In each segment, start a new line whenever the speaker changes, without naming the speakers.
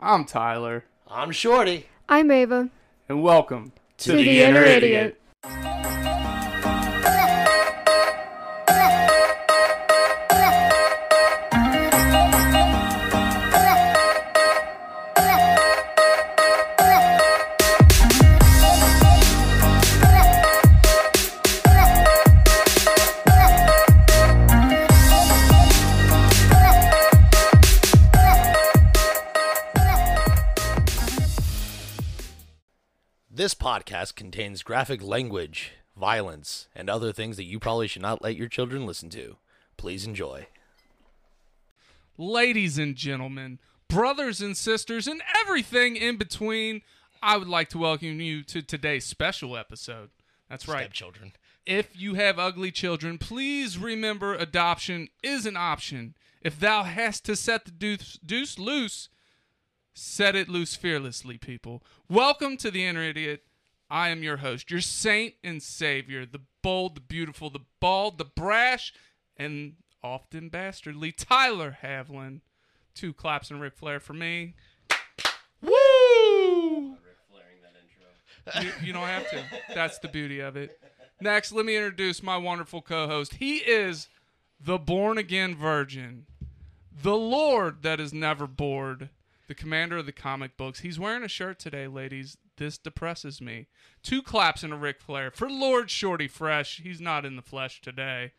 I'm Tyler,
I'm Shorty.
I'm Ava.
and welcome
To the the Inner Inner Idiot. Idiot.
This podcast contains graphic language, violence, and other things that you probably should not let your children listen to. Please enjoy.
Ladies and gentlemen, brothers and sisters, and everything in between, I would like to welcome you to today's special episode. That's right.
Stepchildren.
If you have ugly children, please remember adoption is an option. If thou hast to set the deuce, deuce loose, set it loose fearlessly, people. Welcome to the Inner Idiot. I am your host, your saint and savior, the bold, the beautiful, the bald, the brash, and often bastardly Tyler Havlin. Two claps and Ric Flair for me. Woo! You, you don't have to. That's the beauty of it. Next, let me introduce my wonderful co host. He is the born again virgin, the Lord that is never bored, the commander of the comic books. He's wearing a shirt today, ladies. This depresses me. Two claps and a Ric Flair for Lord Shorty Fresh. He's not in the flesh today.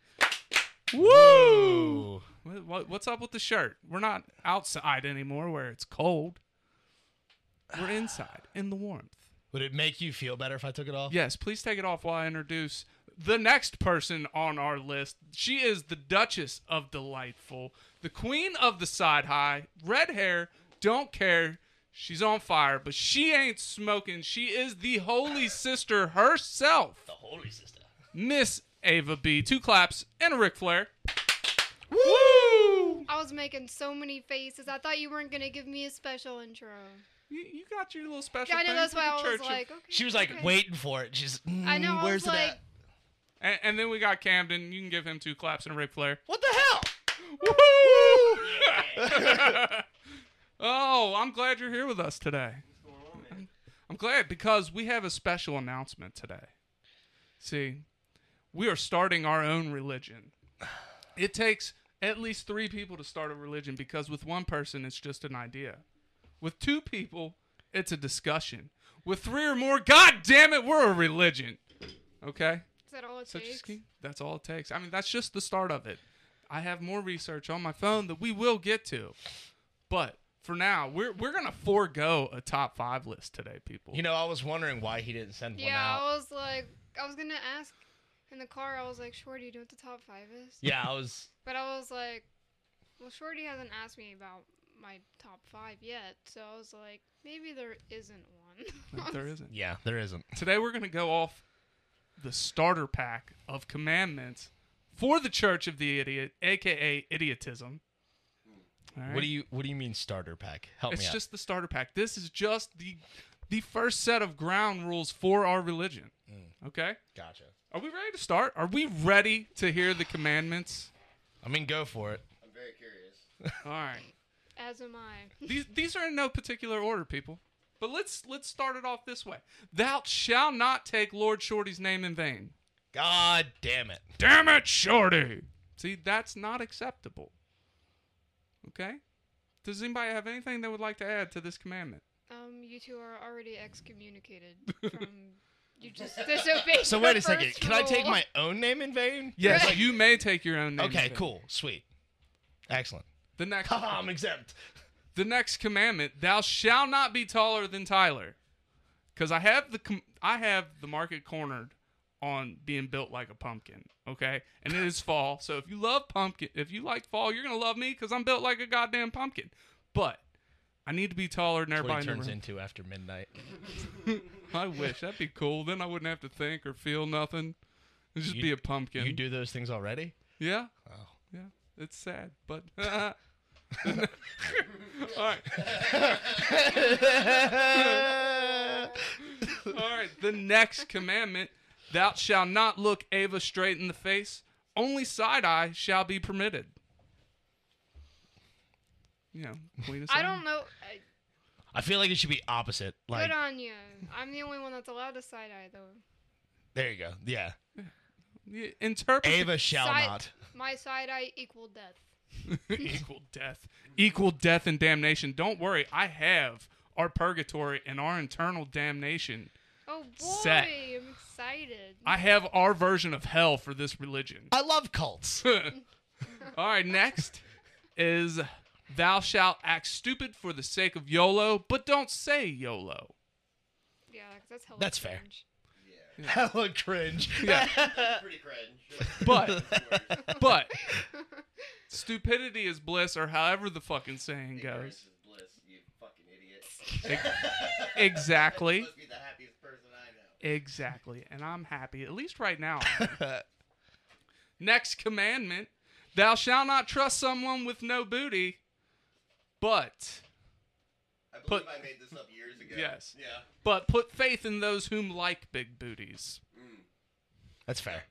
Woo! What- what- What's up with the shirt? We're not outside anymore where it's cold. We're inside in the warmth.
Would it make you feel better if I took it off?
Yes, please take it off while I introduce the next person on our list. She is the Duchess of Delightful, the Queen of the Side High, red hair, don't care. She's on fire, but she ain't smoking. She is the Holy Sister herself,
The Holy Sister.
Miss Ava B. Two claps and a Ric Flair. Woo!
I was making so many faces. I thought you weren't gonna give me a special intro.
You, you got your little special.
Yeah, I know
thing
that's
for
why
the
I was
church.
like, okay.
She was like
okay.
waiting for it. She's mm,
I know. I
Where's
was
it
like,
at?
And, and then we got Camden. You can give him two claps and a Ric Flair.
What the hell?
oh, I'm glad you're here with us today. I'm glad because we have a special announcement today. See, we are starting our own religion. It takes at least three people to start a religion because with one person, it's just an idea. With two people, it's a discussion. With three or more, god damn it, we're a religion. Okay?
is that all it
So
takes?
just keep, that's all it takes. I mean, that's just the start of it. I have more research on my phone that we will get to, but for now, we're we're gonna forego a top five list today, people.
You know, I was wondering why he didn't send one
Yeah,
out.
I was like, I was gonna ask in the car. I was like, Shorty, do you know what the top five is?
Yeah, I was.
But I was like, well, Shorty hasn't asked me about my top five yet, so I was like, maybe there isn't one.
But there isn't.
Yeah, there isn't.
Today we're gonna go off the starter pack of commandments for the Church of the Idiot, aka idiotism. All right?
What do you What do you mean starter pack? Help
It's
me out.
just the starter pack. This is just the the first set of ground rules for our religion.
Mm.
Okay.
Gotcha.
Are we ready to start? Are we ready to hear the commandments?
I mean, go for it.
All right.
As am I.
These these are in no particular order, people. But let's let's start it off this way. Thou shalt not take Lord Shorty's name in vain.
God damn it.
Damn it, Shorty. See, that's not acceptable. Okay? Does anybody have anything they would like to add to this commandment?
Um, you two are already excommunicated from. You just disobeyed.
So
the
wait a second.
first
Can I take
rule.
my own name in vain?
Yes,
Like-
you may take your own name. in
okay.
vain.
Cool. Sweet. Excellent.
The next
Haha, I'm exempt.
the next commandment thou shalt not be taller than tyler because i have the com- i have the market cornered on being built like a pumpkin okay and it is fall so if you love pumpkin if you like fall you're gonna love me because i'm built like a goddamn pumpkin but i need to be taller than
That's what
everybody
he
in the
turns
room.
into after midnight.
i wish that'd be cool then i wouldn't have to think or feel nothing It'd just
You-
be a pumpkin
You do those things already?
yeah
Oh.
yeah it's sad but all right All right, the next commandment Thou shalt not look Ava straight in the face, only side eye shall be permitted. You know, Queen of
I
Sodom.
don't know. I,
I feel like it should be opposite. Like
Good on you. I'm the only one that's allowed to side eye though.
there you go. Yeah.
Y- Interpret
Ava shall
Side-
not.
My side eye equal death.
equal death, equal death and damnation. Don't worry, I have our purgatory and our internal damnation.
Oh boy,
Set.
I'm excited.
I have our version of hell for this religion.
I love cults.
All right, next is thou shalt act stupid for the sake of YOLO, but don't say YOLO.
yeah, 'cause that's hella
That's fair.
cringe.
Hella cringe.
Yeah.
Pretty cringe.
But but stupidity is bliss, or however the fucking saying
Ignorance
goes.
is bliss, you fucking idiot.
Exactly.
Must be the happiest person I know.
Exactly. And I'm happy, at least right now. Next commandment Thou shalt not trust someone with no booty, but
I believe
Put-
I made this up years ago.
Yes.
Yeah.
but put faith in those whom like big booties.
That's fair.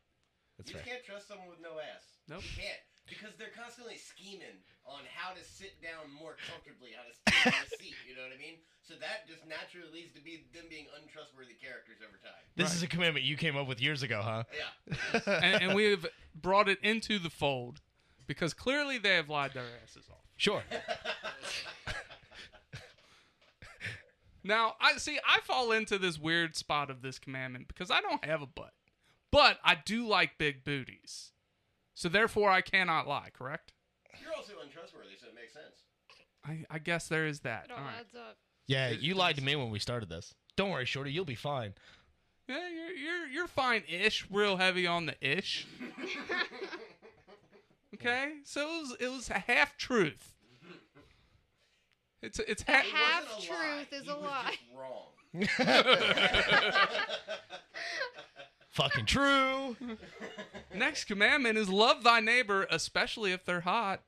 That's
You
fair.
just can't trust someone with no ass.
Nope.
You can't. Because they're constantly scheming on how to sit down more comfortably, how to stay in a seat, you know what I mean? So that just naturally leads to be them being untrustworthy characters over time.
This
Right.
is a commandment you came up with years ago, huh?
Yeah.
And, and we have brought it into the fold because clearly they have lied their asses off.
Sure.
Now, I see I fall into this weird spot of this commandment because I don't have a butt. But I do like big booties. So therefore I cannot lie, correct?
You're also untrustworthy, so it makes sense.
I, I guess there is that.
It all
All right.
adds up.
Yeah, you lied to me when we started this. Don't worry, Shorty, you'll be fine.
Yeah, you're you're you're fine ish, real heavy on the ish. okay? So it was it was a half truth. It's it's half
It
Half
wasn't a
truth
lie.
is
he
a
was
lie.
Just wrong.
Fucking true.
next commandment is love thy neighbor, especially if they're hot.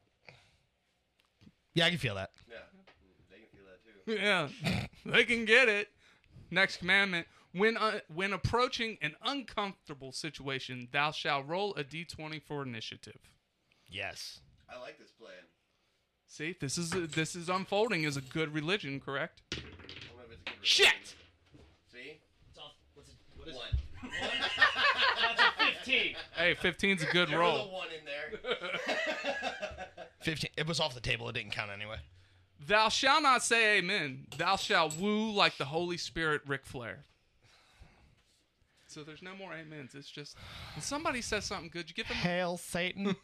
Yeah, I can feel that.
Yeah. They can feel that too.
Yeah, they can get it. Next commandment: When uh, when approaching an uncomfortable situation, thou shalt roll a d20 for initiative.
Yes.
I like this plan.
See, this is this is unfolding as a good religion, correct?
I don't know if it's a good
Shit!
See?
It's off. What's it? What is
One.
it? That's a 15.
Hey, 15's a good
There was a
roll.
one in there.
15. It was off the table. It didn't count anyway.
Thou shalt not say amen. Thou shalt woo like the Holy Spirit, Ric Flair. So there's no more amens. It's just when somebody says something good, you give them
Hail Satan.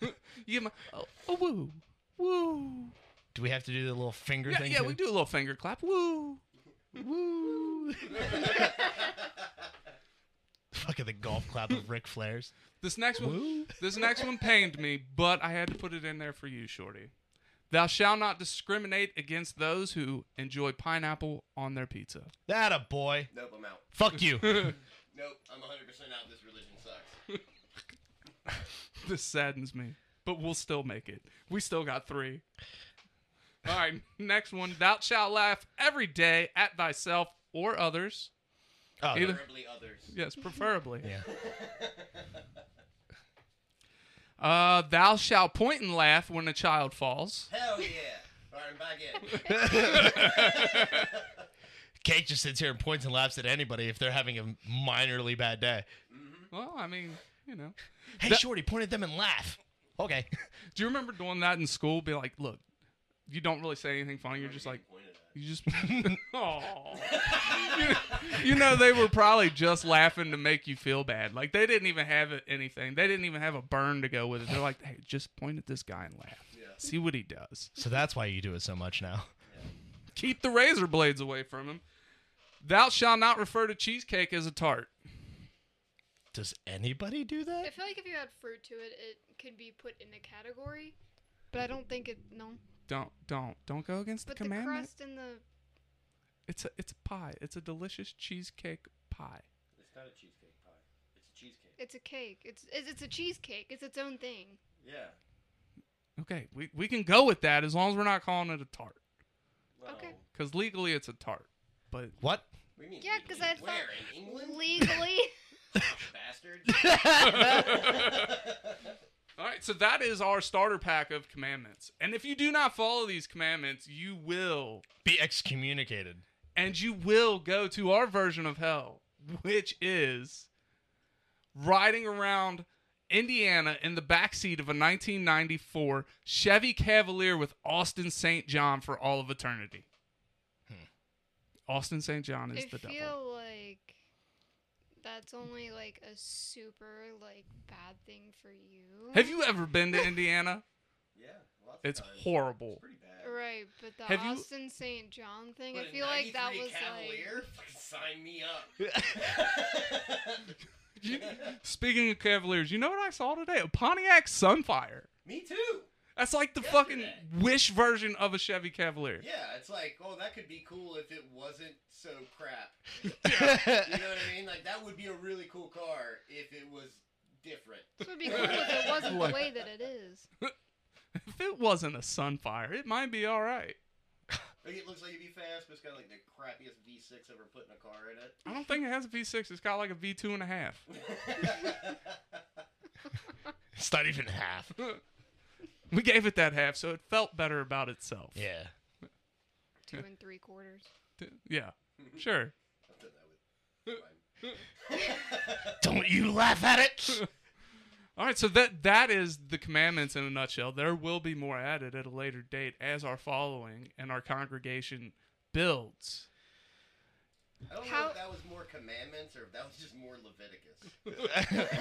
you give them a, a woo, woo.
do we have to do the little finger
Yeah,
thing?
yeah,
too?
we do a little finger clap. Woo.
Woo. Fucking the golf clap of Ric Flair's.
This next one,
Woo.
this next one pained me, but I had to put it in there for you, Shorty. Thou shalt not discriminate against those who enjoy pineapple on their pizza.
That a boy.
nope, I'm out.
Fuck you.
Nope, I'm 100% out. This religion sucks.
This saddens me, but we'll still make it. We still got three. All right, next one. Thou shalt laugh every day at thyself or others.
Oh,
Either-
Preferably others.
Yes, preferably.
yeah.
Uh, thou shalt point and laugh when a child falls.
Hell yeah! Alright, I'm back in.
Cake just sits here and points and laughs at anybody if they're having a minorly bad day.
Well, I mean, you know.
Hey,
That-
Shorty, point at them and laugh. Okay.
Do you remember doing that in school? Be like, look, you don't really say anything funny. You're just like,
Pointed at.
you just, oh, you, you know, they were probably just laughing to make you feel bad. Like they didn't even have it- anything. They didn't even have a burn to go with it. They're like, hey, just point at this guy and laugh.
Yeah.
See what he does.
So that's why you do it so much now.
Keep the razor blades away from him. Thou shalt not refer to cheesecake as a tart.
Does anybody do
I
that?
feel like if you add fruit to it, it could be put in a category, but I don't think it. No,
Don't, don't, don't go against
but
the
the
commandment.
crust and the
It's a, it's a pie. It's a delicious cheesecake pie.
It's not a cheesecake pie. It's a cheesecake.
it's a cake. It's it's, it's a cheesecake. It's its own thing.
Yeah.
Okay, we, we can go with that as long as we're not calling it a tart.
Well,
Okay.
Because legally it's a tart. But
What?
We mean
Yeah, 'cause I
Where,
thought-
in England?
Legally,
Bastard.
All right, so that is our starter pack of commandments. And if you do not follow these commandments, you will
Be excommunicated.
and you will go to our version of hell, which is riding around Indiana in the backseat of a 1994 Chevy Cavalier with Austin St. John for all of eternity. Austin St. John is
I
the
feel
devil.
like that's only like a super like bad thing for you.
Have you ever been to Indiana?
Yeah, lots
It's
of times.
horrible.
It's pretty bad.
Right, but the
Have you-
Austin St. John thing,
But
I
a
feel like that
93
was
Cavalier?
like
Fucking sign me up.
Speaking of Cavaliers, you know what I saw today? A Pontiac Sunfire.
me too.
That's like the fucking
Yesterday.
wish version of a Chevy Cavalier.
Yeah, it's like, oh, that could be cool if it wasn't so crap. You know what I mean? Like that would be a really cool car if it was different.
this would be cool if it wasn't the way that it is.
If it wasn't a Sunfire, it might be all right.
Like it looks like it'd be fast, but it's got like the crappiest V6 ever put in a car in it.
I don't think it has a V6. It's got like a V2 and a half.
It's not even half.
We gave it that half, so it felt better about itself.
Yeah.
Two and three quarters.
D- Yeah. Sure.
I've done that with. mine.
Don't you laugh at it.
All right, so that that is the commandments in a nutshell. There will be more added at a later date as our following and our congregation builds.
I don't know
How-
if that was more commandments or if that was just more Leviticus.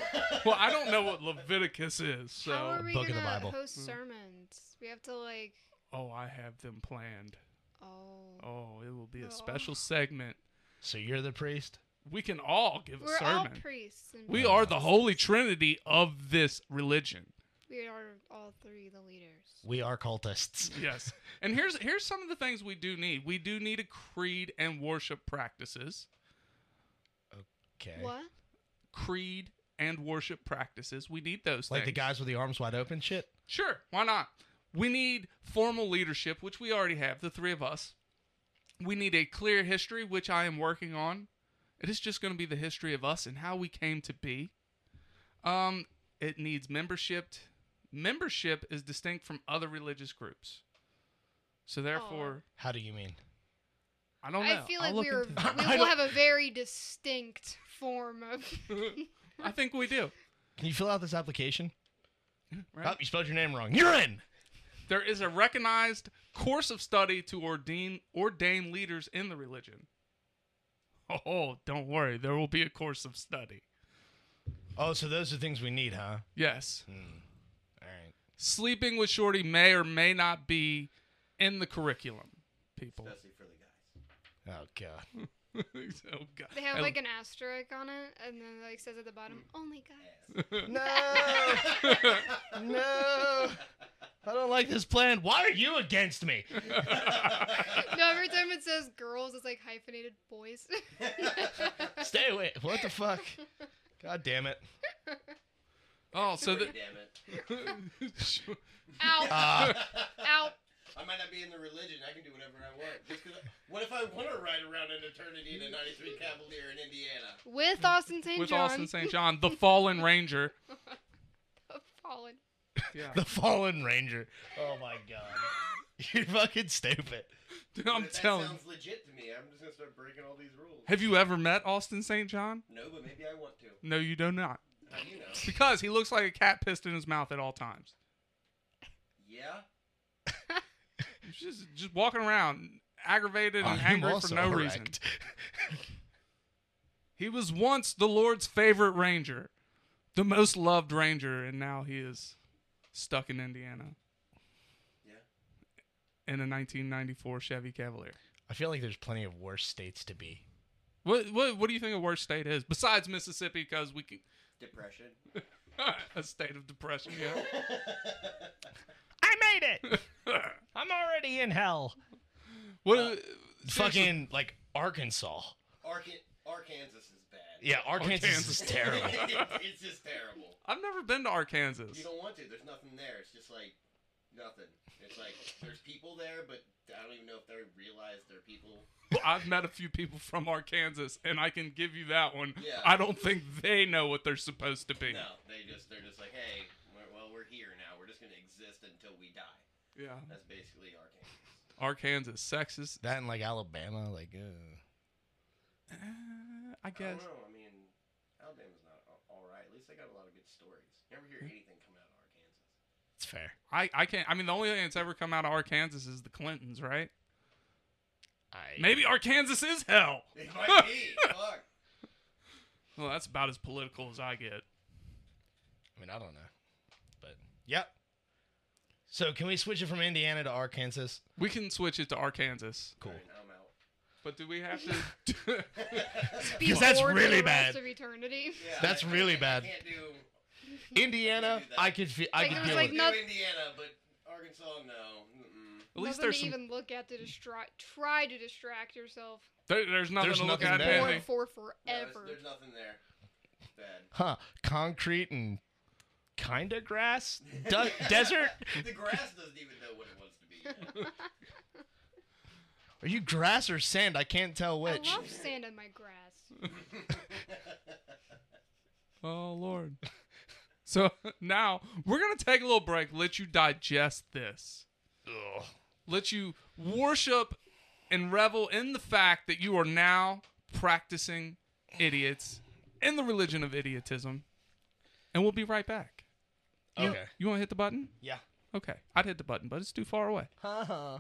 Well, I don't know what Leviticus is, so
How are we
book
gonna
in the Bible.
host
Mm.
sermons? We have to like
oh, I have them planned.
oh.
Oh, it will be a
Oh.
special segment.
so you're the priest.
We can all give a
We're all
sermon.
priests and
we are the holy trinity of this religion.
we are all three the leaders.
We are cultists.
Yes. And here's here's some of the things we do need. We do need a creed and worship practices.
Okay.
What?
Creed and worship practices. We need those
Like the
things.
guys with the arms wide open shit.
Sure, why not? We need formal leadership, which we already have, the three of us. We need a clear history, which I am working on. It is just going to be the history of us and how we came to be. Um, it needs membership. Membership is distinct from other religious groups. So therefore,
How do you mean?
I don't know.
I feel like
I'll look
we are
into it.
we will have a very distinct form of
I think we do.
Can you fill out this application?
Right?
Oh, you spelled your name wrong. You're in.
There is a recognized course of study to ordain ordain leaders in the religion. Oh, don't worry, there will be a course of study.
Oh, so those are things we need, huh?
Yes.
All right.
Sleeping with Shorty may or may not be in the curriculum, people.
Especially for the guys.
Oh god.
oh, God.
they have
I-
like an asterisk on it and then like says at the bottom, "Oh only guys.
No. no. I don't like this plan. Why are you against me?
No, every time it says girls, it's like hyphenated boys.
Stay away. What the fuck? God damn it.
oh, so
Sorry,
that.
damn it.
out,
Uh,
out.
I might not be in the religion. I can do whatever I want. Just 'cause I- what if I want to ride around an eternity in a '93 Cavalier in Indiana?
With Austin St.
with
John.
Austin St. John, the fallen ranger.
A fallen.
Yeah.
The Fallen Ranger. Oh my god. You're fucking stupid.
But
I'm
if that
telling you.
sounds legit to me. I'm just gonna start breaking all these rules.
Have you ever met Austin St. John?
No, but maybe I want to.
No, you do not.
How do you know?
Because he looks like a cat pissed in his mouth at all times.
Yeah.
He's Just, just walking around aggravated and
I'm
angry for
also
no reason.
erect.
He was once the Lord's favorite ranger, the most loved ranger, and now he is stuck in Indiana
Yeah.
in a 1994 Chevy Cavalier.
I feel like there's plenty of worse states to be.
What what what do you think a worse state is besides Mississippi? Because we can
Depression.
a state of depression. Yeah.
I made it. I'm already in hell.
What? uh,
Fucking like Arkansas.
Arkan- Arkansas is bad.
Yeah,
Oh,
Arkansas,
Arkansas.
is terrible.
It- it's just terrible.
I've never been to Arkansas.
You don't want to. There's nothing there. It's just like nothing. It's like there's people there, but I don't even know if they realize they're people.
I've met a few people from Arkansas, and I can give you that one.
Yeah.
I don't think they know what they're supposed to be.
No, they just they're just like, hey, we're, well, we're we're here now. We're just gonna exist until we die.
Yeah.
That's basically our game.
Arkansas sexist.
That in like Alabama, like uh,
I guess.
I don't know. I mean, Alabama's not a- all right. At least they got a lot of good stories. You never hear
Hmm?
anything coming out of Arkansas.
it's fair.
I, I can't. I mean, the only thing that's ever come out of Arkansas is the Clintons, right?
I
Maybe Arkansas is hell.
It might be. Fuck.
Well, that's about as political as I get.
I mean I don't know, but yep. So can we switch it from Indiana to Arkansas?
We can switch it to Arkansas.
Cool.
Alright, I'm out.
But do we have to?
Because that's
Forward for
really
the rest
bad.
Of eternity.
Yeah,
That's
I- I
really
can't-
bad.
I can't do,
Indiana, I could feel, I
Like,
could
it was
deal with.
like
I can
not-
do Indiana, but Arkansas, no. Mm-mm.
At least
nothing
there's
to
some.
even look at to distract. Try to distract yourself.
There, there's nothing
There's
to look
nothing
at.
there.
Manny.
Bored for
No, there's,
forever.
there's nothing there. Bad.
huh, concrete and kind of grass, Du- desert.
the grass doesn't even know what it wants to be. yet.
Are you grass or sand? I can't tell
I
which.
love sand in my grass.
Oh Lord. so now we're gonna take a little break. Let you digest this.
Ugh.
Let you worship and revel in the fact that you are now practicing idiots in the religion of idiotism. And we'll be right back. You-
Okay.
You want to hit the button?
Yeah.
Okay. I'd hit the button, but it's too far away.
Huh.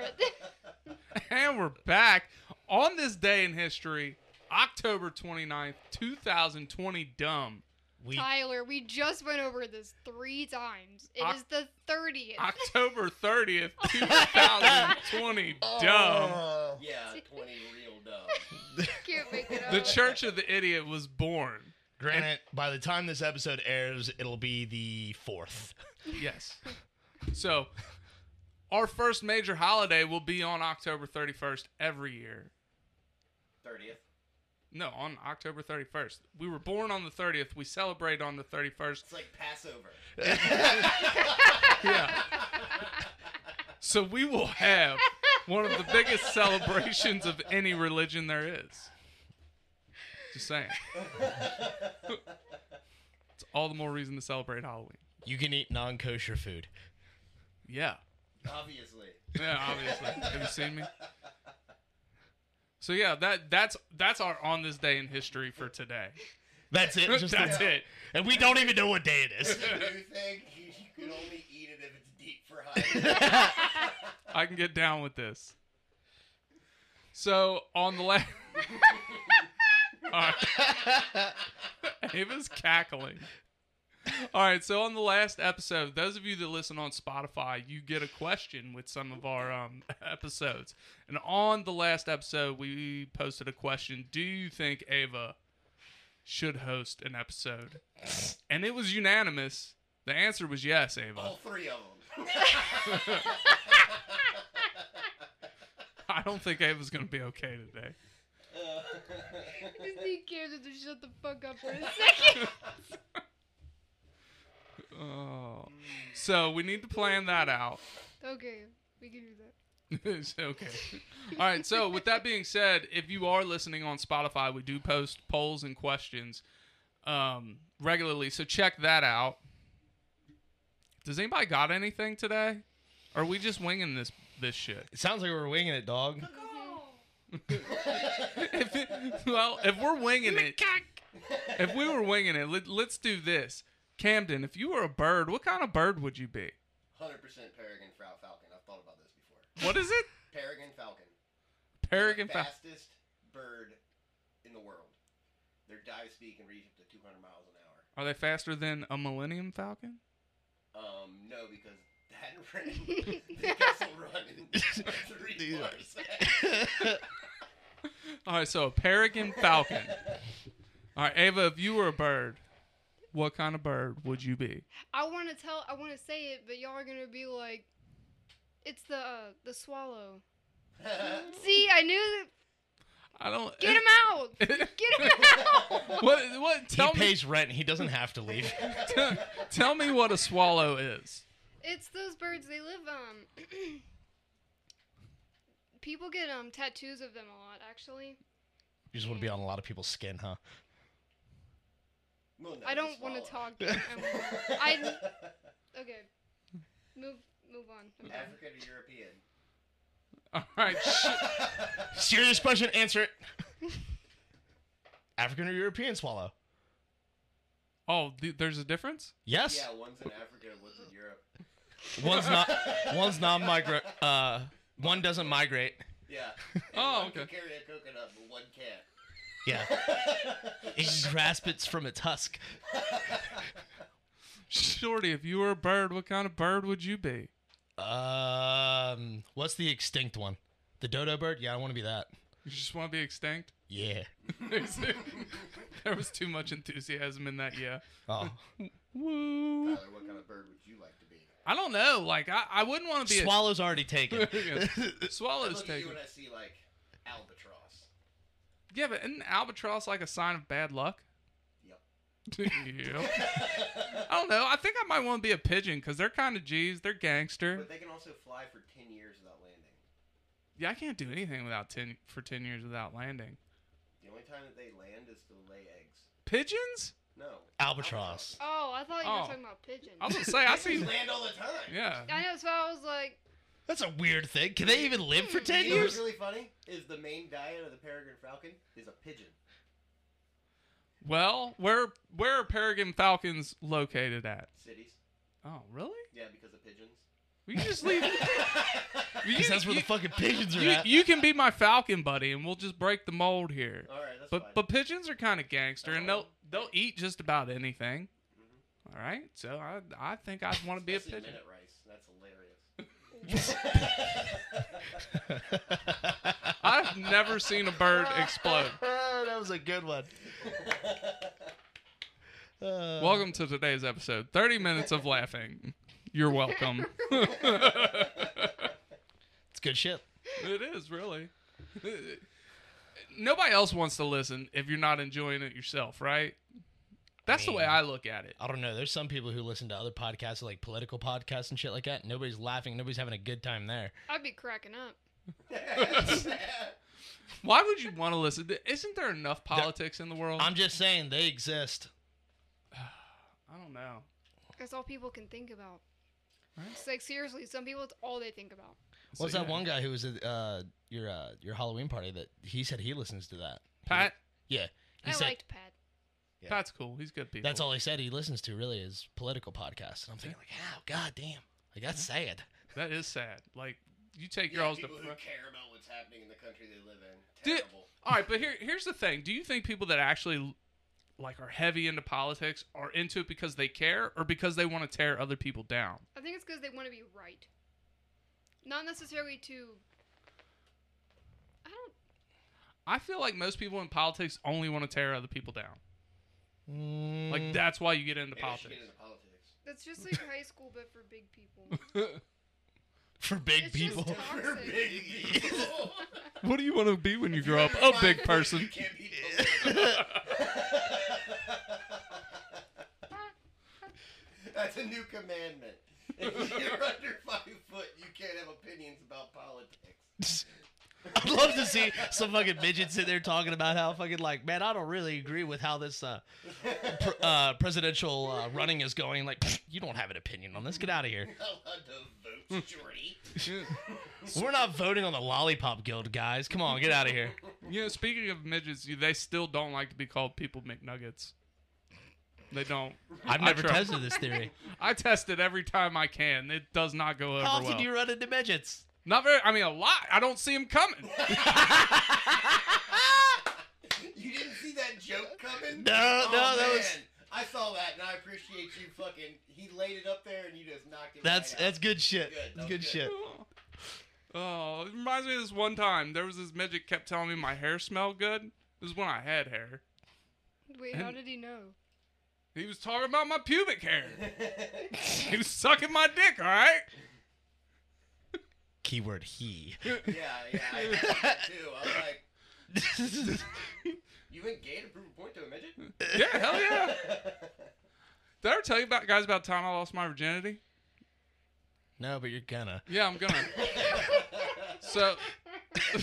it.
And we're back on this day in history, October 29th, 2020. Dumb.
We
Tyler, we just went over this three times. It
Oc-
is the 30th.
October 30th, 2020. Dumb.
Oh.
yeah, 20 real dumb.
Can't make it
The
up.
Church of the Idiot was born.
Granted, by the time this episode airs, it'll be the fourth.
Yes. So, our first major holiday will be on October 31st every year.
30th.
No, on October 31st. We were born on the 30th. We celebrate on the 31st.
It's like Passover.
Yeah. So we will have one of the biggest celebrations of any religion there is. Just saying. it's all the more reason to celebrate Halloween.
You can eat non-kosher food.
Yeah.
Obviously.
Yeah, obviously. have you seen me? So yeah, that that's that's our on this day in history for today.
That's it. Just
that's
the-
it.
And we don't even know what day it is.
Do you think you, you can only eat it if it's deep fried?
I can get down with this. So on the last, Ava's cackling. All right, so on the last episode, those of you that listen on Spotify, you get a question with some of our um, episodes. And on the last episode, we posted a question: Do you think Ava should host an episode? And it was unanimous. The answer was yes, Ava.
All three of them.
I don't think Ava's gonna be okay today.
I just need Camden to shut the fuck up for a second.
Oh. So we need to plan that out.
okay, we can do that.
It's okay. All right. So with that being said, if you are listening on Spotify, we do post polls and questions um, regularly. So check that out. Does anybody got anything today? Or are we just winging this this shit?
It sounds like we're winging it, dog.
If it, well, if we're winging it, if we were winging it, let, let's do this. Camden, if you were a bird, what kind of bird would you be?
100% Peregrine Frau Falcon. I've thought about this before.
What is it?
Peregrine Falcon.
Peregrine
the
falcon.
fastest bird in the world. Their dive speed can reach up to 200 miles an hour.
Are they faster than a Millennium Falcon?
Um, no, because that ran. the castle run in three
Yeah.
bars.
All right, so a peregrine falcon. All right, Ava, if you were a bird, what kind of bird would you be?
I want to tell, I want to say it, but y'all are gonna be like, it's the uh, the swallow. See, I knew that.
I don't.
Get him out! Get him out!
What? What? Tell
he
me.
pays rent. He doesn't have to leave.
tell me what a swallow is.
It's those birds. They live um. people get um tattoos of them a lot, actually.
You just want to be on a lot of people's skin, huh?
Well, no,
I don't
just
want to
follow.
talk. I okay. Move move on. Okay.
African or European.
All right. sh-
Serious question, answer it. African or European swallow?
oh, th- there's a difference?
Yes.
Yeah, one's in Africa, one's in Europe.
One's not. One's not migrate. Uh, one doesn't migrate.
Yeah.
Oh,
One can
okay.
carry a coconut, but one can't.
Yeah. It just grasps it from its husk.
Shorty, if you were a bird, what kind of bird would you be?
Um, what's the extinct one? The dodo bird? Yeah, I want to be that.
You just want to be extinct?
Yeah.
there was too much enthusiasm in that, yeah.
Oh,
Woo.
Tyler, what kind of bird would you like to be?
I don't know. Like, I, I wouldn't want to be
swallow's already taken.
a.
I
Swallows
look at you
taken.
and I see like albatross.
Yeah, but isn't albatross like a sign of bad luck?
Yep.
Yep. I don't know. I think I might want to be a pigeon because they're kind of G's. They're gangster.
But they can also fly for ten years without landing.
Yeah, I can't do anything without ten for ten years without landing.
The only time that they land is to lay eggs.
Pigeons?
No.
Albatross.
Oh, I thought you were
Oh.
talking about pigeons.
I was gonna say I
Pigeons
see.
land all the time.
Yeah.
I know, so I was like,
That's a weird thing. Can they even live for ten
You know what's
years?
really funny is the main diet of the peregrine falcon is a pigeon.
Well, where where are peregrine falcons located at?
Cities.
Oh, really?
Yeah, because of pigeons.
We just leave. you,
'Cause that's where
you,
the fucking pigeons are
you,
at.
you can be my falcon buddy, and we'll just break the mold here.
All right, that's
But
fine.
but pigeons are kind of gangster, and they'll
Oh.
they'll eat just about anything.
Mm-hmm.
All right, so I I think I'd want to be a
Especially
pigeon.
Minute rice. That's hilarious.
I've never seen a bird explode.
that was a good one. Uh,
Welcome to today's episode. Thirty minutes of laughing. You're welcome.
it's good shit.
It is really. Nobody else wants to listen if you're not enjoying it yourself, right? That's the way
mean-
I look at it.
I don't know. There's some people who listen to other podcasts, like political podcasts and shit like that. and Nobody's laughing. Nobody's having a good time there.
I'd be cracking up.
Why would you want to listen? Isn't there enough politics in the world?
I'm just saying they exist.
I don't know.
That's all people can think about.
Right.
It's like seriously, some people it's all they think about.
So,
What's that
yeah.
one guy who was at uh, your uh, your Halloween party that he said he listens to that?
Pat?
Yeah, he
I
said
liked Pat.
Yeah.
Pat's cool. He's good people.
that's all he said he listens to really is political podcasts. And I'm thinking like, how? God damn! Like that's sad.
That is sad. Like you take your
Yeah,
alls to.
people who care about what's happening in the country they live in.
Dude-
Terrible.
All right, but here here's the thing. Do you think people that actually like are heavy into politics are into it because they care or because they want to tear other people down?
I think it's because they want to be right, not necessarily to. I don't.
I feel like most people in politics only want to tear other people down.
Mm,
Like that's why you get into
Maybe I should
politics.
get into politics.
That's just like high school, but for big people.
for big
it's
people.
Just toxic.
Big people.
what do you want to be when you grow up? A big person.
Can't be political. That's a new commandment. If you're under five foot, you can't have opinions about politics.
I'd love to see some fucking midget sit there talking about how fucking like, man, I don't really agree with how this uh, pr- uh, presidential uh, running is going. Like, you don't have an opinion on this. Get out of here.
Not allowed to vote, Jordy.
We're not voting on the Lollipop Guild, guys. Come on, get out of here.
You know, speaking of midgets, you- they still don't like to be called people McNuggets. They don't.
I've
I
never
tried-
tested this theory.
I test it every time I can. It does not go over
How often
well.
do you run into midgets?
Not very. I mean, a lot. I don't see them coming.
You didn't see that joke coming?
No,
Oh,
no, that
man.
was
I saw that, and I appreciate you fucking. He laid it up there, and you just knocked it.
that's
right
that's
out.
good shit.
Good, that was
That's good
good.
shit.
Oh, it reminds me of this one time. There was this midget kept telling me my hair smelled good. This is when I had hair.
Wait, how did he know?
He was talking about my pubic hair. he was sucking my dick. All right.
Keyword he.
Yeah, yeah, I thought that too. I was like, you went gay to prove a point to a midget?
Yeah. Hell yeah. Did I ever tell you about guys about the time I lost my virginity?
no, but you're gonna.
Yeah, I'm gonna. so
Yeah.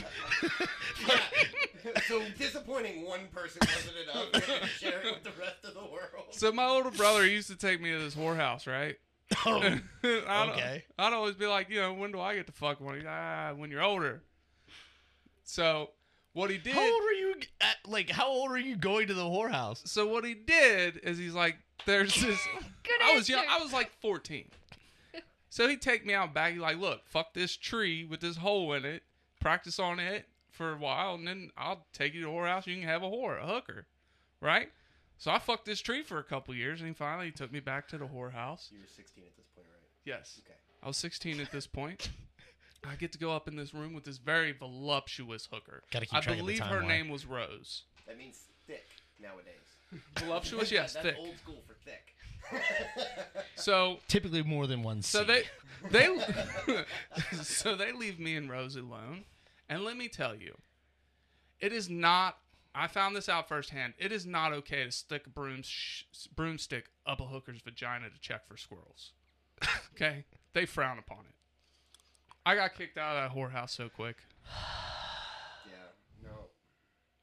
so disappointing one person wasn't enough. We had to Share it with the rest of the world.
So my older brother he used to take me to this whorehouse, right?
Oh,
I'd,
Okay.
I'd always be like, you know, when do I get to fuck one? He's, Ah, when you're older. So what he did.
how old are you? At, like, how old are you going to the whorehouse?
so what he did is he's like, there's this.
Good
I was young.
answer.
I was like 14. So he'd take me out back. He's like, look, fuck this tree with this hole in it. Practice on it for a while, and then I'll take you to a whorehouse. You can have a whore, a hooker, right? So I fucked this tree for a couple years, and he finally took me back to the whorehouse.
You were 16 at this point, right?
Yes.
Okay.
I was 16 at this point. I get to go up in this room with this very voluptuous hooker.
Gotta keep
I
track of the
believe her
timeline.
name was Rose.
That means thick nowadays.
Voluptuous, yes,
That's
thick.
old school for thick.
So
Typically more than one.
So they they so they leave me and Rose alone. And let me tell you, it is not. I found this out firsthand. It is not okay to stick a broom sh- broomstick up a hooker's vagina to check for squirrels. okay, they frown upon it. I got kicked out of that whorehouse so quick.
yeah. No.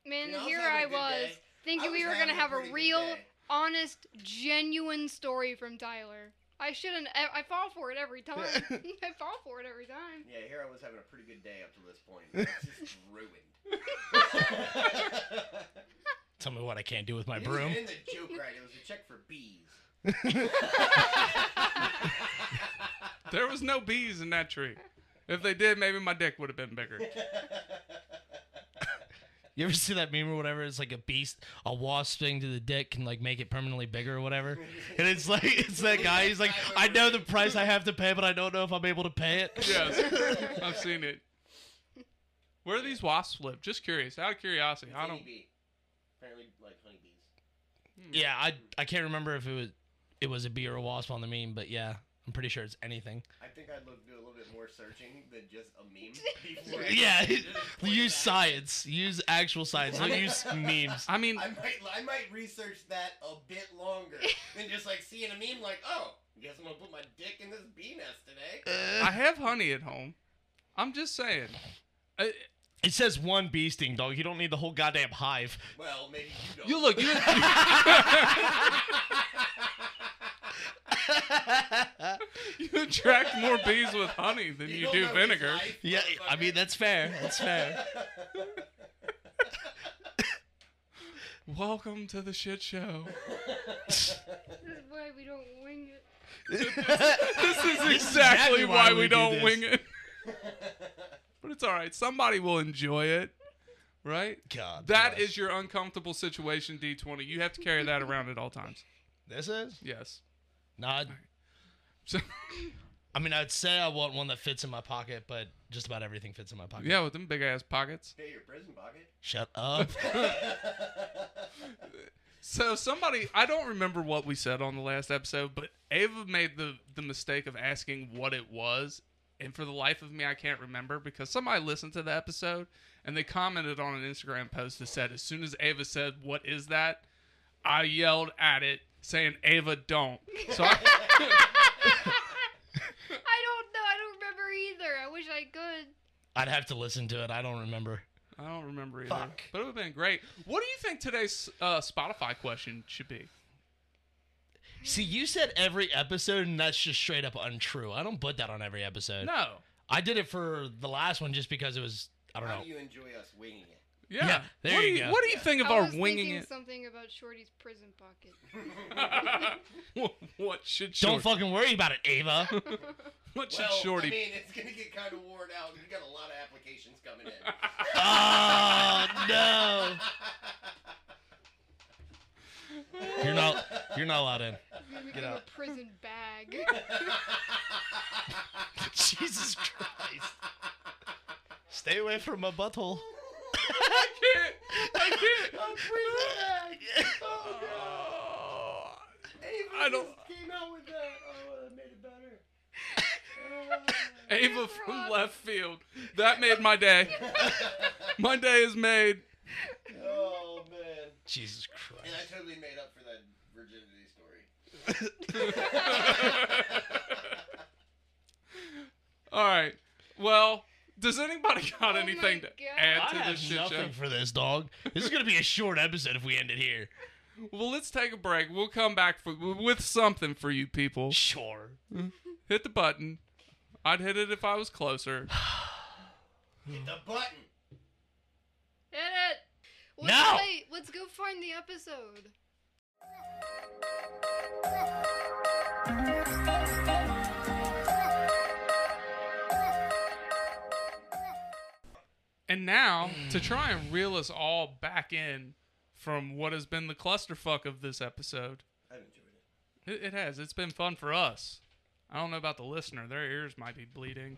Man,
You know, I was
here I
having a
was
good day. I
thinking we
was
were gonna
having a pretty
have a
good
real,
day.
honest, genuine story from Tyler. I shouldn't. e, I, I fall for it every time. I fall for it every time.
Yeah, here I was having a pretty good day up to this point. It's just ruined.
Tell me what I can't do with my
It
broom.
wasn't in the joke right. It was a check for bees.
There was no bees in that tree. If they did, maybe my dick would have been bigger.
You ever see that meme or whatever? It's like a beast, a wasp thing to the dick can like make it permanently bigger or whatever. And it's like it's that guy. He's like, I know the price I have to pay, but I don't know if I'm able to pay it.
Yes, I've seen it. Where do these wasps live? Just curious, out of curiosity.
It's
I don't.
honeybee. Apparently, like honeybees.
Yeah, I I can't remember if it was it was a bee or a wasp on the meme, but yeah, I'm pretty sure it's anything.
I think I'd look, do a little bit more searching than just a meme. before I-
Yeah,
Just point
use
that.
science. Use actual science. Don't use memes.
I mean,
I might, I might research that a bit longer than just like seeing a meme. Like, oh, guess I'm gonna put my dick in this bee nest today.
I have honey at home. I'm just saying. I,
It says one bee sting, dog. You don't need the whole goddamn hive.
Well, maybe you don't.
you look. You, you attract more bees with honey than you,
don't
do
know his
vinegar.
life,
Yeah, I mean
motherfucker.
that's fair. That's fair.
Welcome to the shit show.
This is why we don't wing it.
This is exactly,
exactly
why,
why
we,
we do
don't
this.
wing it. but it's all right. Somebody will enjoy it, right?
God,
That
bless.
is your uncomfortable situation, D20. You have to carry that around at all times.
This is
Yes.
not.
So,
I mean, I'd say I want one that fits in my pocket, but just about everything fits in my pocket.
yeah, with them big ass pockets.
Hey, your prison pocket.
Shut up.
So somebody, I don't remember what we said on the last episode, but Ava made the the mistake of asking what it was, and for the life of me, I can't remember because somebody listened to the episode and they commented on an Instagram post that said, as soon as Ava said, "What is that?" I yelled at it saying, "Ava, don't." So I,
I don't know. I don't remember either. I wish I could.
I'd have to listen to it. I don't remember.
I don't remember either,
Fuck.
but it would have been great. What do you think today's uh, Spotify question should be?
See, you said every episode, and that's just straight up untrue. I don't put that on every episode.
No.
I did it for the last one just because it was. I don't
How
know.
do you enjoy us winging it?
Yeah.
Yeah, there
what
you
do
go.
What do you think of
I
our
was
winging
thinking
it?
something about Shorty's prison pocket.
what should
Don't
Shorty-
fucking worry about it, Ava.
What should
Well,
Shorty?
I mean, it's gonna get kind of worn out. You got a lot of applications coming in.
oh no! You're not. You're not allowed in.
Maybe we give him
out.
a prison bag.
Jesus Christ! Stay away from my butthole.
I can't. I can't. Oh. I don't.
Came out with that. Oh, that made it better.
Ava from left field. That made my day. my day is made.
Oh man.
Jesus
And
Christ!
I totally made up for that virginity story.
All right. Well, to Does anybody got
Oh my
anything to
God.
add
I
to
have
this shit
nothing
show?
for this dog. This is gonna be a short episode if we end it here.
Well, let's take a break. We'll come back for, with something for you people.
Sure.
Hit the button. I'd hit it if I was closer.
Hit the button.
Hit it. Let's
No!
play- Let's go find the episode.
And now, to try and reel us all back in from what has been the clusterfuck of this episode,
I've enjoyed it.
it, it has. It's been fun for us. I don't know about the listener. Their ears might be bleeding.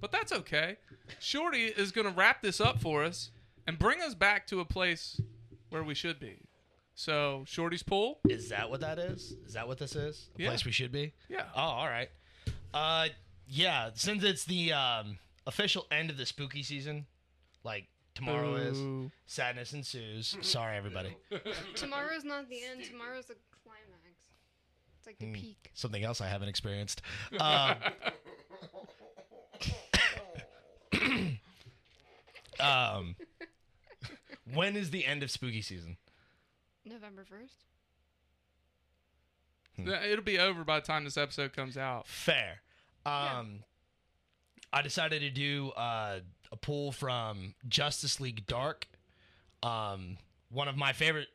But that's okay. Shorty is going to wrap this up for us and bring us back to a place where we should be. So, Shorty's pool?
Is that what that is? Is that what this is? A
Yeah.
place we should be?
Yeah.
Oh, all right. Uh, yeah. Since it's the um, official end of the spooky season, like tomorrow is
Boo.
sadness ensues. Sorry, everybody.
Tomorrow's not the end. Tomorrow's the climax. It's like the
Hmm.
peak.
Something else I haven't experienced. Um, um, when is the end of spooky season?
November first.
It'll be over by the time this episode comes out.
Fair. Um, I decided to do uh, a pull from Justice League Dark. Um, one of my favorite,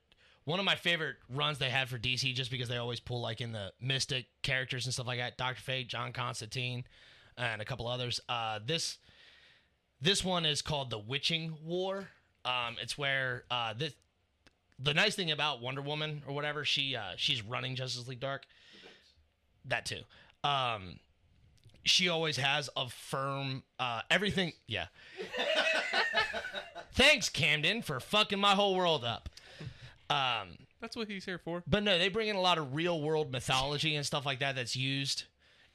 one of my favorite runs they had for DC, just because they always pull like in the Mystic characters and stuff like that. Doctor Fate, John Constantine, and a couple others. Uh, this this one is called the Witching War. Um, it's where uh, this the nice thing about Wonder Woman or whatever she uh, she's running Justice League Dark that too. Um, she always has a firm uh, everything. Yeah. Thanks, Camden, for fucking my whole world up. Um,
That's what he's here for.
but no, they bring in a lot of real world mythology and stuff like that that's used,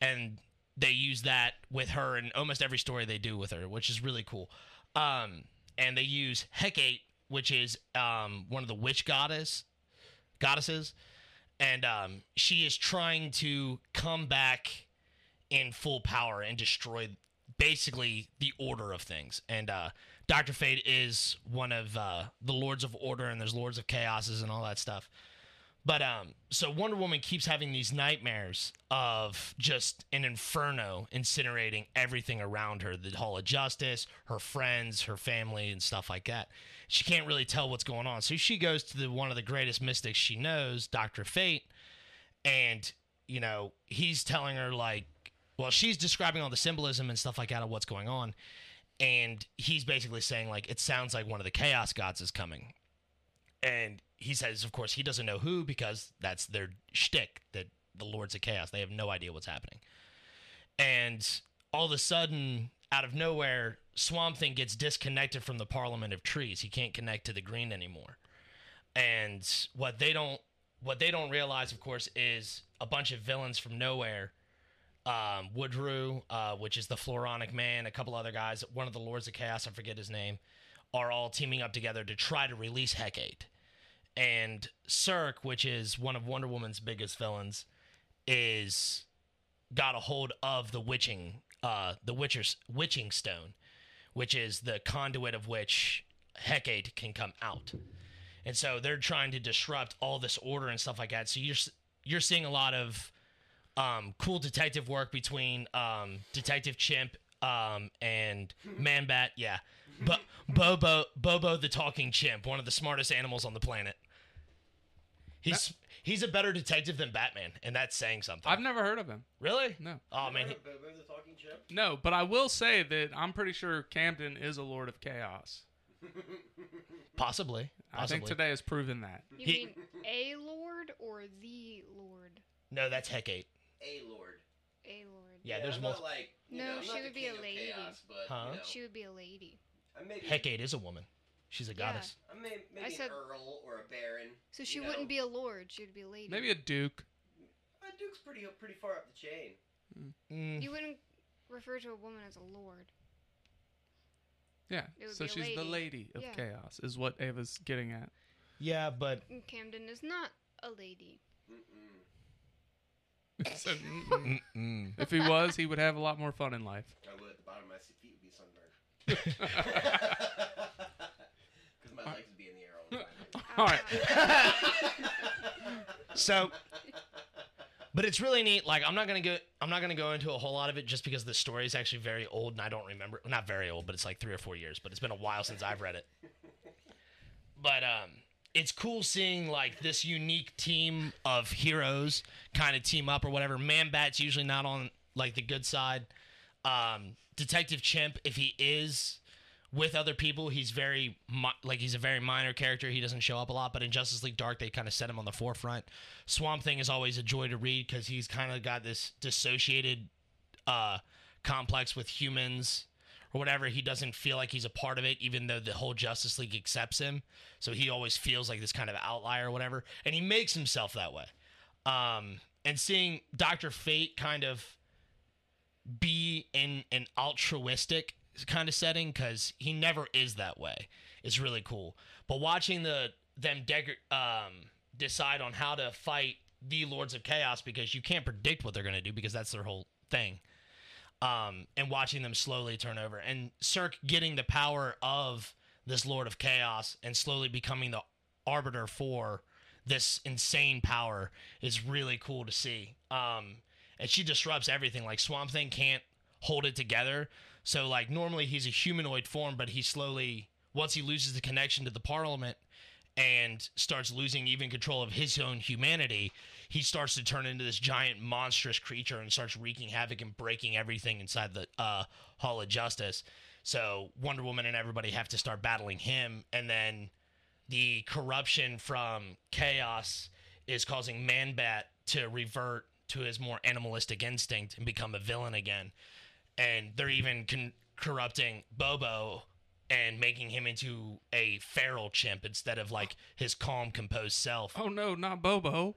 and they use that with her in almost every story they do with her, which is really cool. Um, and they use Hecate, which is um, one of the witch goddess goddesses, and um, she is trying to come back in full power and destroy basically the order of things. And uh, Doctor Fate is one of uh, the lords of order, and there's lords of chaoses and all that stuff. But um, so Wonder Woman keeps having these nightmares of just an inferno incinerating everything around her the Hall of Justice, her friends, her family, and stuff like that. She can't really tell what's going on. So she goes to the, one of the greatest mystics she knows, Dr. Fate, and, you know, he's telling her, like, well, she's describing all the symbolism and stuff like that of what's going on. And he's basically saying, like, it sounds like one of the chaos gods is coming and he says, of course, he doesn't know who because that's their shtick that the Lords of Chaos. They have no idea what's happening. And all of a sudden, out of nowhere, Swamp Thing gets disconnected from the Parliament of Trees. He can't connect to the green anymore. And what they don't what they don't realize, of course, is a bunch of villains from nowhere. Um, Woodrue, uh, which is the Floronic Man, a couple other guys, one of the Lords of Chaos, I forget his name, are all teaming up together to try to release Hecate. And Cirque, which is one of Wonder Woman's biggest villains, is got a hold of the witching, uh, the Witcher's witching stone, which is the conduit of which Hecate can come out. And so they're trying to disrupt all this order and stuff like that. So you're s- you're seeing a lot of um, cool detective work between um, Detective Chimp um, and Man Bat. Yeah, Bo- Bobo Bobo the talking chimp, one of the smartest animals on the planet. He's he's a better detective than Batman, and that's saying something.
I've never heard of him.
really?
No.
Oh man, he-
Remember the talking chip?
No, but I will say that I'm pretty sure Camden is a lord of chaos.
possibly.
I think
Possibly.
today has proven that.
You
He-
mean a lord or the lord?
no, that's Hecate.
A lord.
A lord.
Yeah, there's
I'm not
multiple.
Like, you
No,
know, I'm
she
not the
would be
king
a
of
lady.
Chaos, but,
Huh?
You know,
She would be a lady.
I may be-
Hecate is a woman. She's a
Yeah.
goddess.
I may, maybe
I said-
an earl or a baron.
So
you
she
know.
wouldn't be a lord. She would be a lady.
Maybe a duke.
Uh, Duke's pretty pretty far up the chain.
Mm,
you wouldn't refer to a woman as a lord.
Yeah.
It would
So
be a
she's the lady
lady.
of
Yeah.
chaos, is what Ava's getting at.
yeah, but
And Camden is not a lady.
Mm-mm.
So, mm-mm.
mm,
if he was, he would have a lot more fun in life.
I would. The bottom of my feet would be sunburned. Because my legs would be in the air all the time.
All right.
So, but it's really neat. Like, I'm not gonna go. I'm not gonna go into a whole lot of it just because the story is actually very old and I don't remember. Not very old, but it's like three or four years. But it's been a while since I've read it. But um, it's cool seeing like this unique team of heroes kind of team up or whatever. Man Bat's usually not on like the good side. Um, Detective Chimp, if he is with other people, he's very mi- like he's a very minor character. He doesn't show up a lot, but in Justice League Dark, they kind of set him on the forefront. Swamp Thing is always a joy to read because he's kind of got this dissociated uh, complex with humans or whatever. He doesn't feel like he's a part of it, even though the whole Justice League accepts him. So he always feels like this kind of outlier or whatever, and he makes himself that way. Um, and seeing Doctor Fate kind of be in an altruistic kind of setting because he never is that way. It's really cool. But watching the them deg- um, decide on how to fight the Lords of Chaos because you can't predict what they're gonna do because that's their whole thing. Um, and watching them slowly turn over and Cirque getting the power of this Lord of Chaos and slowly becoming the arbiter for this insane power is really cool to see. Um, and she disrupts everything. Like Swamp Thing can't hold it together. So like normally he's a humanoid form, but he slowly once he loses the connection to the parliament and starts losing even control of his own humanity, he starts to turn into this giant monstrous creature and starts wreaking havoc and breaking everything inside the uh, Hall of Justice. So Wonder Woman and everybody have to start battling him, and then the corruption from chaos is causing Manbat to revert to his more animalistic instinct and become a villain again. And they're even con- corrupting Bobo and making him into a feral chimp instead of like his calm, composed self.
Oh no, not Bobo.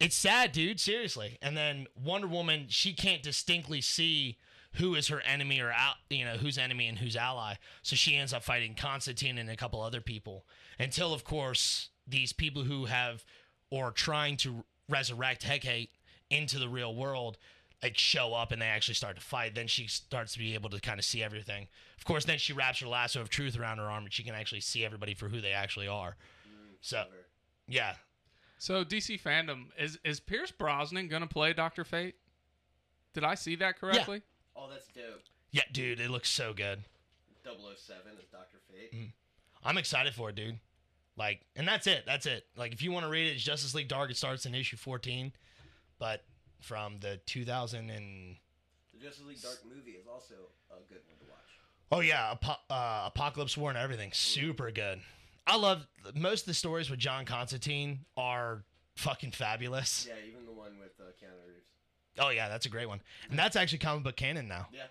It's sad, dude, seriously. And then Wonder Woman, she can't distinctly see who is her enemy or out, you know, who's enemy and who's ally. So she ends up fighting Constantine and a couple other people until of course these people who have or are trying to resurrect Hecate into the real world like show up and they actually start to fight then she starts to be able to kind of see everything of course then she wraps her lasso of truth around her arm and she can actually see everybody for who they actually are so yeah
So DC fandom is is Pierce Brosnan gonna play Doctor Fate? Did I see that correctly?
Oh, that's dope.
yeah dude it looks so good
007 is Dr. Fate.
I'm excited for it, dude. Like, and that's it. That's it. Like, if you want to read it, it's Justice League Dark. It starts in issue 14, but from the 2000 and
The Justice League Dark movie is also a good one to watch.
oh yeah, Apo- uh, Apocalypse War and everything. Super good. I love most of the stories with John Constantine are fucking fabulous.
Yeah, even the one with uh, Keanu Reeves.
Oh yeah, that's a great one, and that's actually comic book canon now.
Yeah.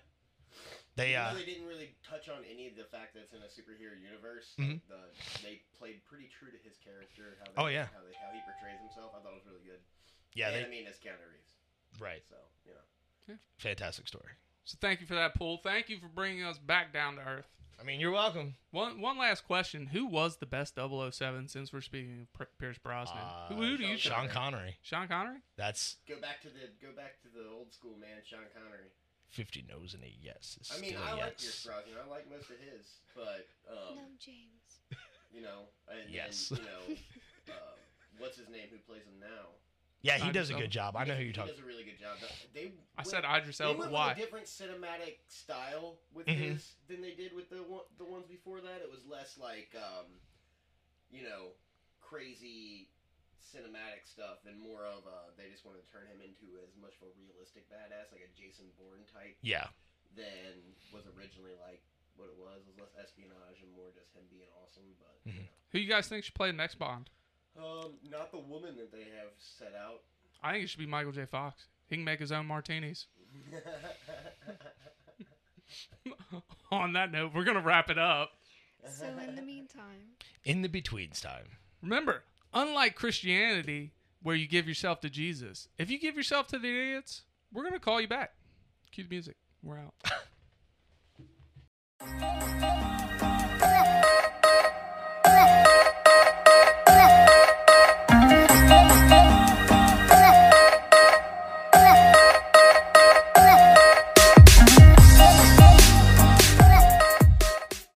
They uh,
They really didn't really touch on any of the fact that it's in a superhero universe.
Mhm.
The, they played pretty true to his character. How they,
Oh, yeah.
How, they, how he portrays himself. I thought it was really good. And,
yeah, they
I mean, it's Keanu Reeves.
right,
So, you know.
fantastic story.
So thank you for that, Pool. Thank you for bringing us back down to earth.
I mean, you're welcome.
One one last question: Who was the best 007 since we're speaking of Pr- Pierce Brosnan?
Uh,
who, who do you? Sean,
Sean Connery.
Sean Connery?
That's
Go back to the go back to the old school man, Sean Connery.
50 no's and a yes. It's
I mean,
still a
I like
yes.
Pierce Brosnan. I like most of his, but um,
No, James.
you know, and then,
Yes.
you know, uh, what's his name? Who plays him now?
Yeah, he
Idris
does a
Elba.
good job. I know who
He
you're talking.
does a really good job. They
I
went-
said Idris
they
Elba.
went
Why? Mm-hmm.
with a different cinematic style with
Mhm.
his than they did with the one, the ones before that. It was less like, um, you know, crazy cinematic stuff and more of uh, they just wanted to turn him into as much of a realistic badass, like a Jason Bourne type,
Yeah,
than was originally like what it was. It was less espionage and more just him being awesome. But you know.
Who you guys think should play next Bond?
um, not the woman that they have set out.
I think it should be Michael J. Fox. He can make his own martinis. On that note, we're gonna wrap it up.
So in the meantime,
in the betweens time.
Remember, unlike Christianity, where you give yourself to Jesus, if you give yourself to the idiots, we're gonna call you back. Cue the music. We're out.